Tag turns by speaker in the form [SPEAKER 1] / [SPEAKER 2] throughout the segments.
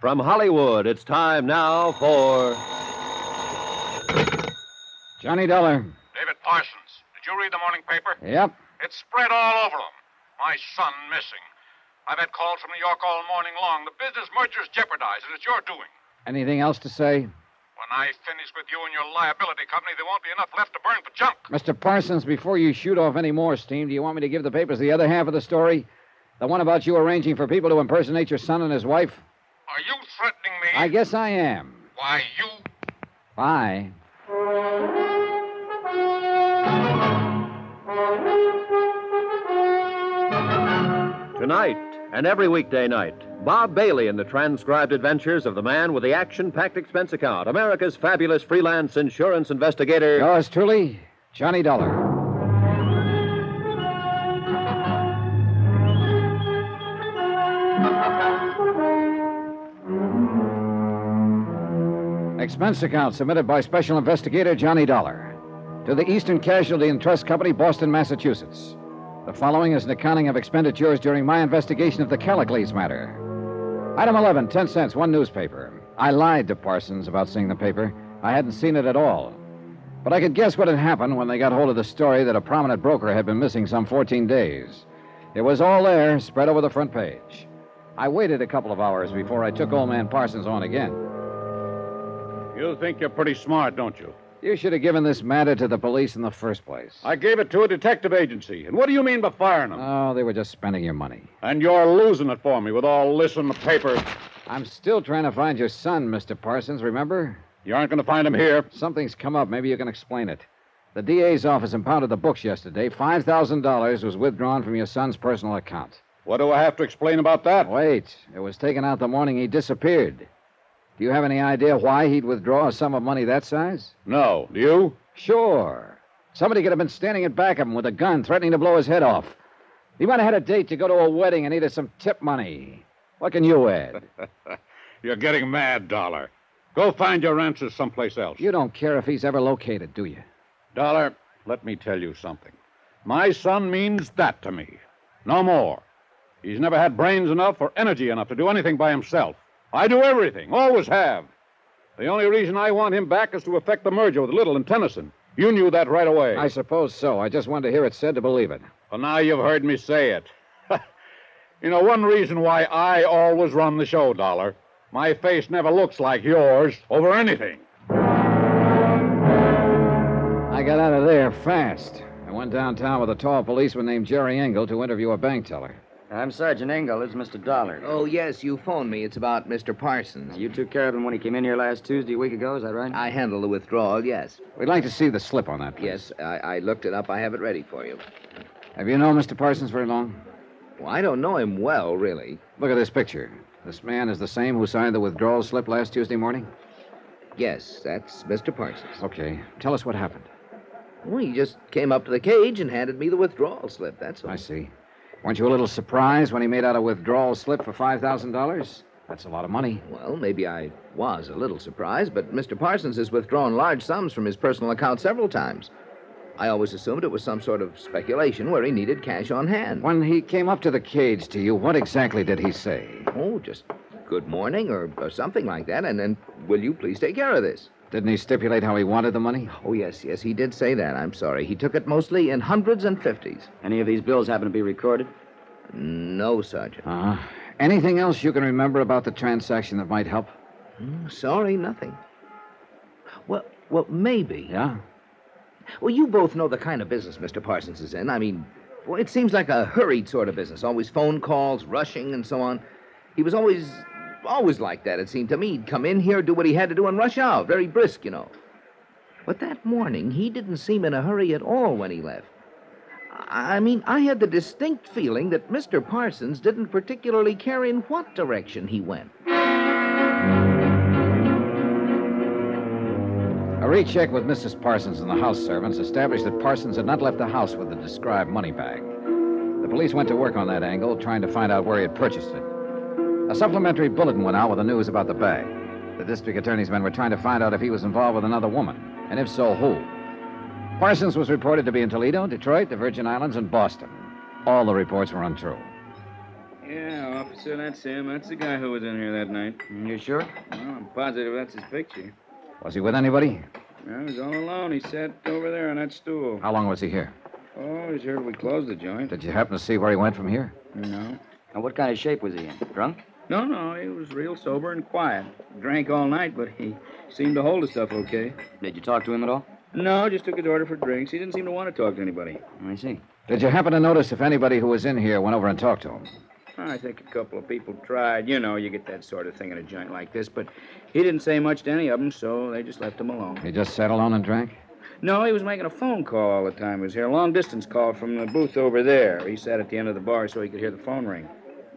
[SPEAKER 1] From Hollywood, it's time now for.
[SPEAKER 2] Johnny Dollar.
[SPEAKER 3] David Parsons, did you read the morning paper?
[SPEAKER 2] Yep.
[SPEAKER 3] It's spread all over them. My son missing. I've had calls from New York all morning long. The business merger's jeopardized, and it's your doing.
[SPEAKER 2] Anything else to say?
[SPEAKER 3] When I finish with you and your liability company, there won't be enough left to burn for junk.
[SPEAKER 2] Mr. Parsons, before you shoot off any more steam, do you want me to give the papers the other half of the story? The one about you arranging for people to impersonate your son and his wife?
[SPEAKER 3] Are you threatening me?
[SPEAKER 2] I guess I am.
[SPEAKER 3] Why, you.
[SPEAKER 2] Bye.
[SPEAKER 1] Tonight and every weekday night, Bob Bailey in the transcribed adventures of the man with the action packed expense account, America's fabulous freelance insurance investigator.
[SPEAKER 2] Yours truly, Johnny Dollar. Expense account submitted by Special Investigator Johnny Dollar to the Eastern Casualty and Trust Company, Boston, Massachusetts. The following is an accounting of expenditures during my investigation of the Callicles matter. Item 11, 10 cents, one newspaper. I lied to Parsons about seeing the paper. I hadn't seen it at all. But I could guess what had happened when they got hold of the story that a prominent broker had been missing some 14 days. It was all there, spread over the front page. I waited a couple of hours before I took old man Parsons on again.
[SPEAKER 4] You think you're pretty smart, don't you?
[SPEAKER 2] You should have given this matter to the police in the first place.
[SPEAKER 4] I gave it to a detective agency. And what do you mean by firing them?
[SPEAKER 2] Oh, they were just spending your money.
[SPEAKER 4] and you're losing it for me with all this in the paper.
[SPEAKER 2] I'm still trying to find your son, Mr. Parsons, remember?
[SPEAKER 4] You aren't going to find him here.
[SPEAKER 2] Something's come up. Maybe you can explain it. The DA's office impounded the books yesterday. $5,000 was withdrawn from your son's personal account.
[SPEAKER 4] What do I have to explain about that?
[SPEAKER 2] Wait, it was taken out the morning he disappeared. Do you have any idea why he'd withdraw a sum of money that size?
[SPEAKER 4] No. Do you?
[SPEAKER 2] Sure. Somebody could have been standing in back of him with a gun threatening to blow his head off. He might have had a date to go to a wedding and needed some tip money. What can you add?
[SPEAKER 4] You're getting mad, Dollar. Go find your answers someplace else.
[SPEAKER 2] You don't care if he's ever located, do you?
[SPEAKER 4] Dollar, let me tell you something. My son means that to me. No more. He's never had brains enough or energy enough to do anything by himself. I do everything, always have. The only reason I want him back is to effect the merger with Little and Tennyson. You knew that right away.
[SPEAKER 2] I suppose so. I just wanted to hear it said to believe it.
[SPEAKER 4] Well, now you've heard me say it. you know, one reason why I always run the show, Dollar, my face never looks like yours over anything.
[SPEAKER 2] I got out of there fast. I went downtown with a tall policeman named Jerry Engel to interview a bank teller.
[SPEAKER 5] I'm Sergeant Engel. It's Mr. Dollar.
[SPEAKER 6] Oh, yes, you phoned me. It's about Mr. Parsons.
[SPEAKER 5] You took care of him when he came in here last Tuesday, a week ago. Is that right?
[SPEAKER 6] I handled the withdrawal, yes.
[SPEAKER 2] We'd like to see the slip on that, please.
[SPEAKER 6] Yes, I, I looked it up. I have it ready for you.
[SPEAKER 2] Have you known Mr. Parsons very long?
[SPEAKER 6] Well, I don't know him well, really.
[SPEAKER 2] Look at this picture. This man is the same who signed the withdrawal slip last Tuesday morning?
[SPEAKER 6] Yes, that's Mr. Parsons.
[SPEAKER 2] Okay. Tell us what happened.
[SPEAKER 6] Well, he just came up to the cage and handed me the withdrawal slip, that's all.
[SPEAKER 2] I see. Weren't you a little surprised when he made out a withdrawal slip for $5,000? That's a lot of money.
[SPEAKER 6] Well, maybe I was a little surprised, but Mr. Parsons has withdrawn large sums from his personal account several times. I always assumed it was some sort of speculation where he needed cash on hand.
[SPEAKER 2] When he came up to the cage to you, what exactly did he say?
[SPEAKER 6] Oh, just good morning or, or something like that, and then will you please take care of this?
[SPEAKER 2] Didn't he stipulate how he wanted the money?
[SPEAKER 6] Oh, yes, yes, he did say that. I'm sorry. He took it mostly in hundreds and fifties.
[SPEAKER 5] Any of these bills happen to be recorded?
[SPEAKER 6] No, Sergeant.
[SPEAKER 2] Uh, anything else you can remember about the transaction that might help?
[SPEAKER 6] Mm, Sorry, nothing. Well, well, maybe.
[SPEAKER 2] Yeah?
[SPEAKER 6] Well, you both know the kind of business Mr. Parsons is in. I mean, well, it seems like a hurried sort of business. Always phone calls, rushing, and so on. He was always, always like that, it seemed to me. He'd come in here, do what he had to do, and rush out. Very brisk, you know. But that morning, he didn't seem in a hurry at all when he left. I I mean, I had the distinct feeling that Mr. Parsons didn't particularly care in what direction he went.
[SPEAKER 2] A recheck with Mrs. Parsons and the house servants established that Parsons had not left the house with the described money bag. The police went to work on that angle, trying to find out where he had purchased it. A supplementary bulletin went out with the news about the bag. The district attorney's men were trying to find out if he was involved with another woman, and if so, who. Parsons was reported to be in Toledo, Detroit, the Virgin Islands, and Boston. All the reports were untrue.
[SPEAKER 7] Yeah, officer, that's him. That's the guy who was in here that night.
[SPEAKER 5] You sure?
[SPEAKER 7] Well, I'm positive that's his picture.
[SPEAKER 2] Was he with anybody?
[SPEAKER 7] I was all alone. He sat over there on that stool.
[SPEAKER 2] How long was he here?
[SPEAKER 7] Oh, he's here. We closed the joint.
[SPEAKER 2] Did you happen to see where he went from here?
[SPEAKER 7] No.
[SPEAKER 5] And what kind of shape was he in? Drunk?
[SPEAKER 7] No, no, he was real sober and quiet. Drank all night, but he seemed to hold his stuff okay.
[SPEAKER 5] Did you talk to him at all?
[SPEAKER 7] No, just took his order for drinks. He didn't seem to want to talk to anybody.
[SPEAKER 5] I see.
[SPEAKER 2] Did you happen to notice if anybody who was in here went over and talked to him?
[SPEAKER 7] I think a couple of people tried. You know, you get that sort of thing in a joint like this, but he didn't say much to any of them, so they just left him alone.
[SPEAKER 2] He just sat alone and drank?
[SPEAKER 7] No, he was making a phone call all the time. He was here, a long distance call from the booth over there. He sat at the end of the bar so he could hear the phone ring.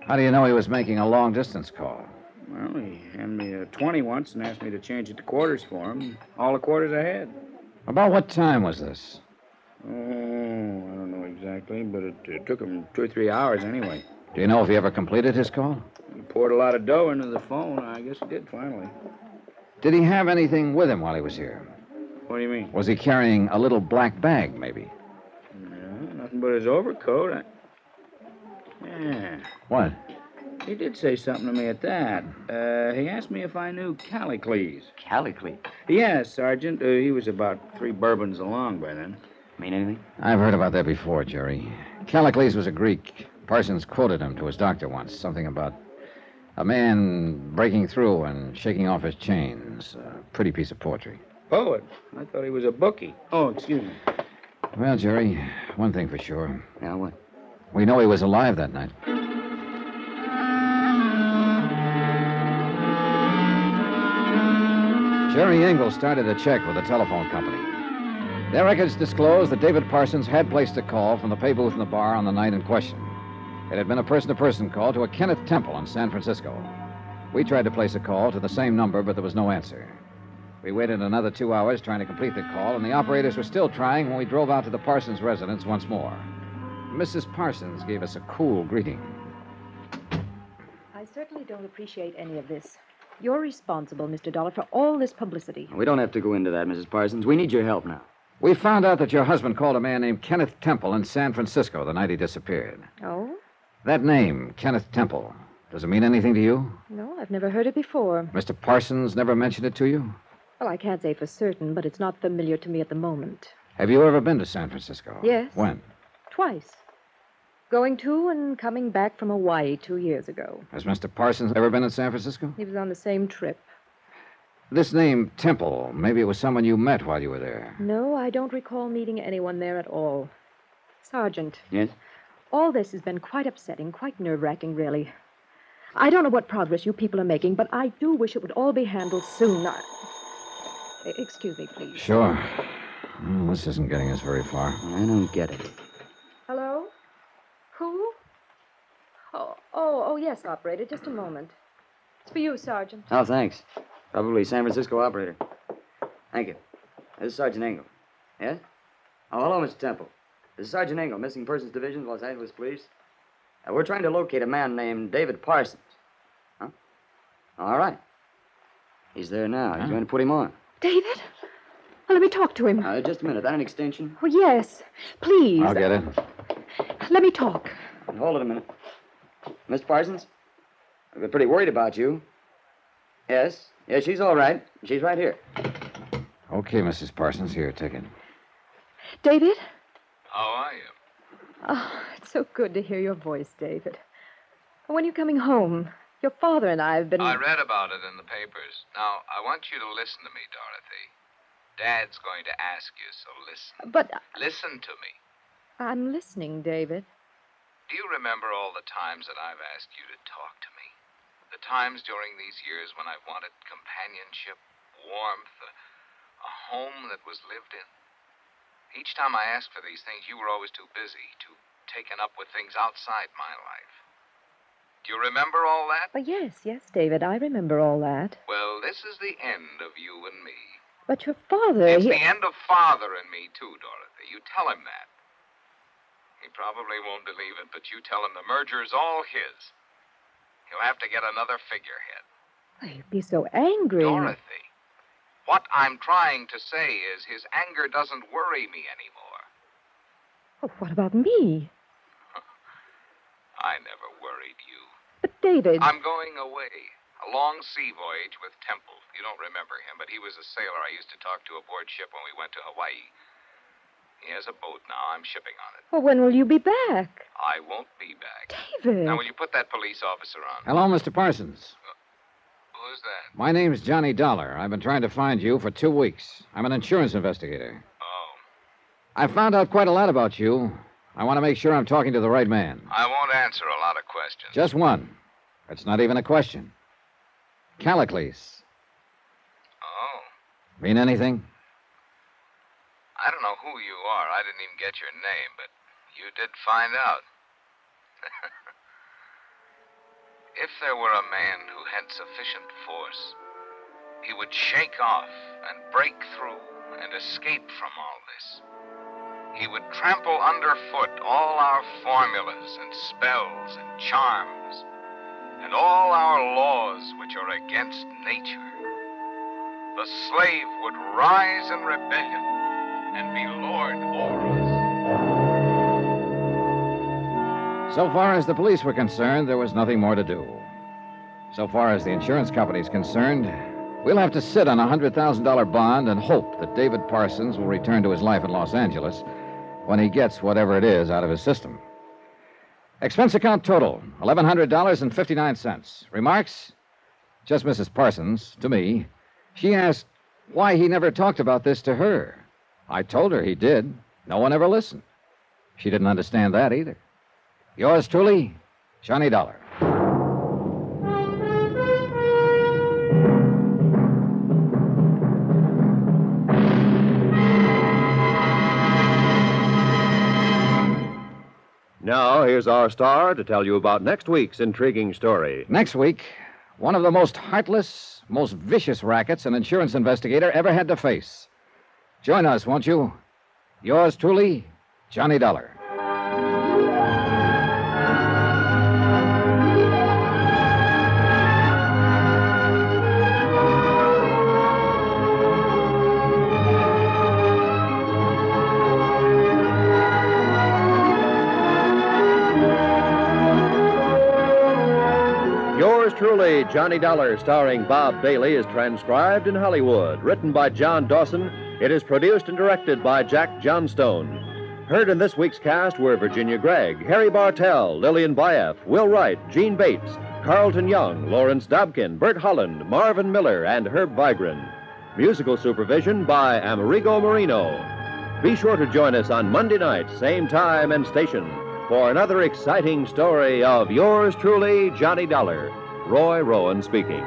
[SPEAKER 2] How do you know he was making a long distance call?
[SPEAKER 7] Well, he handed me a 20 once and asked me to change it to quarters for him. All the quarters I had.
[SPEAKER 2] About what time was this?
[SPEAKER 7] Oh, I don't know exactly, but it, it took him two or three hours anyway.
[SPEAKER 2] Do you know if he ever completed his call?
[SPEAKER 7] He poured a lot of dough into the phone. I guess he did finally.
[SPEAKER 2] Did he have anything with him while he was here?
[SPEAKER 7] What do you mean?
[SPEAKER 2] Was he carrying a little black bag, maybe?
[SPEAKER 7] No, nothing but his overcoat. I... Yeah.
[SPEAKER 2] What?
[SPEAKER 7] He did say something to me at that. Uh, he asked me if I knew Callicles.
[SPEAKER 5] Calicly.
[SPEAKER 7] Yes, Sergeant. Uh, he was about three bourbons along by then.
[SPEAKER 5] Mean anything?
[SPEAKER 2] I've heard about that before, Jerry. Callicles was a Greek. Parsons quoted him to his doctor once something about a man breaking through and shaking off his chains. A pretty piece of poetry.
[SPEAKER 7] Poet. I thought he was a bookie. Oh, excuse me.
[SPEAKER 2] Well, Jerry, one thing for sure.
[SPEAKER 5] Now what?
[SPEAKER 2] We know he was alive that night. Jerry Engel started a check with the telephone company. Their records disclosed that David Parsons had placed a call from the pay booth in the bar on the night in question. It had been a person to person call to a Kenneth Temple in San Francisco. We tried to place a call to the same number, but there was no answer. We waited another two hours trying to complete the call, and the operators were still trying when we drove out to the Parsons residence once more. Mrs. Parsons gave us a cool greeting.
[SPEAKER 8] I certainly don't appreciate any of this. You're responsible, Mr. Dollar, for all this publicity.
[SPEAKER 5] We don't have to go into that, Mrs. Parsons. We need your help now.
[SPEAKER 2] We found out that your husband called a man named Kenneth Temple in San Francisco the night he disappeared.
[SPEAKER 8] Oh?
[SPEAKER 2] That name, Kenneth Temple, does it mean anything to you?
[SPEAKER 8] No, I've never heard it before.
[SPEAKER 2] Mr. Parsons never mentioned it to you?
[SPEAKER 8] Well, I can't say for certain, but it's not familiar to me at the moment.
[SPEAKER 2] Have you ever been to San Francisco?
[SPEAKER 8] Yes.
[SPEAKER 2] When?
[SPEAKER 8] Twice. Going to and coming back from Hawaii two years ago.
[SPEAKER 2] Has Mr. Parsons ever been in San Francisco?
[SPEAKER 8] He was on the same trip.
[SPEAKER 2] This name, Temple, maybe it was someone you met while you were there.
[SPEAKER 8] No, I don't recall meeting anyone there at all. Sergeant,
[SPEAKER 5] Yes?
[SPEAKER 8] all this has been quite upsetting, quite nerve wracking, really. I don't know what progress you people are making, but I do wish it would all be handled soon. I... E- Excuse me, please.
[SPEAKER 2] Sure. Well, this isn't getting us very far.
[SPEAKER 5] I don't get it.
[SPEAKER 8] Hello? Who? Oh, oh, oh, yes, operator. Just a moment. It's for you, Sergeant.
[SPEAKER 5] Oh, thanks. Probably San Francisco operator. Thank you. This is Sergeant Engel. Yes? Oh, hello, Mr. Temple. This is Sergeant Engel, Missing Persons Division, Los Angeles Police. Uh, we're trying to locate a man named David Parsons. Huh? All right. He's there now. He's going to put him on.
[SPEAKER 8] David? Well, let me talk to him.
[SPEAKER 5] Uh, just a minute. That an extension?
[SPEAKER 8] Oh, yes. Please.
[SPEAKER 2] I'll get it.
[SPEAKER 8] Let me talk.
[SPEAKER 5] Hold it a minute. Miss Parsons? I've been pretty worried about you. Yes. Yes, she's all right. She's right here.
[SPEAKER 2] Okay, Mrs. Parsons, here, take it.
[SPEAKER 8] David?
[SPEAKER 3] How are you?
[SPEAKER 8] Oh, it's so good to hear your voice, David. When are you coming home? Your father and I have been.
[SPEAKER 6] I read about it in the papers. Now, I want you to listen to me, Dorothy. Dad's going to ask you, so listen.
[SPEAKER 8] But
[SPEAKER 6] Listen to me.
[SPEAKER 8] I'm listening, David.
[SPEAKER 6] Do you remember all the times that I've asked you to talk to me? The times during these years when I wanted companionship, warmth, a, a home that was lived in? Each time I asked for these things, you were always too busy, too taken up with things outside my life. Do you remember all that?
[SPEAKER 8] Oh, yes, yes, David. I remember all that.
[SPEAKER 6] Well, this is the end of you and me.
[SPEAKER 8] But your father.
[SPEAKER 6] It's
[SPEAKER 8] he...
[SPEAKER 6] the end of father and me, too, Dorothy. You tell him that. He probably won't believe it, but you tell him the merger is all his. He'll have to get another figurehead.
[SPEAKER 8] Why, He'd be so angry.
[SPEAKER 6] Dorothy, what I'm trying to say is his anger doesn't worry me anymore.
[SPEAKER 8] Oh, what about me?
[SPEAKER 6] I never worried you.
[SPEAKER 8] But, David,
[SPEAKER 6] I'm going away. A long sea voyage with Temple. You don't remember him, but he was a sailor I used to talk to aboard ship when we went to Hawaii. He has a boat now. I'm shipping on it.
[SPEAKER 8] well, when will you be back?
[SPEAKER 6] I won't be back.
[SPEAKER 8] David.
[SPEAKER 6] Now, will you put that police officer on?
[SPEAKER 2] Hello, Mr. Parsons.
[SPEAKER 6] Who's that?
[SPEAKER 2] My name's Johnny Dollar. I've been trying to find you for two weeks. I'm an insurance investigator.
[SPEAKER 6] Oh,
[SPEAKER 2] I found out quite a lot about you. I want to make sure I'm talking to the right man.
[SPEAKER 6] I won't answer a lot of questions.
[SPEAKER 2] Just one. That's not even a question. Callicles.
[SPEAKER 6] Oh,
[SPEAKER 2] Mean anything?
[SPEAKER 6] I don't know who you are. I didn't even get your name, but you did find out. if there were a man who had sufficient force, he would shake off and break through and escape from all this. He would trample underfoot all our formulas and spells and charms and all our laws which are against nature. The slave would rise in rebellion and be lord over us.
[SPEAKER 2] So far as the police were concerned, there was nothing more to do. So far as the insurance company is concerned, we'll have to sit on a $100,000 bond and hope that David Parsons will return to his life in Los Angeles when he gets whatever it is out of his system. Expense account total $1,100.59. Remarks? Just Mrs. Parsons, to me. She asked why he never talked about this to her. I told her he did. No one ever listened. She didn't understand that either. Yours truly, Johnny Dollar.
[SPEAKER 1] Now, here's our star to tell you about next week's intriguing story.
[SPEAKER 2] Next week, one of the most heartless, most vicious rackets an insurance investigator ever had to face. Join us, won't you? Yours truly, Johnny Dollar.
[SPEAKER 1] Yours truly, Johnny Dollar, starring Bob Bailey, is transcribed in Hollywood. Written by John Dawson, it is produced and directed by Jack Johnstone. Heard in this week's cast were Virginia Gregg, Harry Bartell, Lillian Bayef, Will Wright, Gene Bates, Carlton Young, Lawrence Dobkin, Bert Holland, Marvin Miller, and Herb Vigran. Musical supervision by Amerigo Marino. Be sure to join us on Monday night, same time and station, for another exciting story of yours truly, Johnny Dollar. Roy Rowan speaking.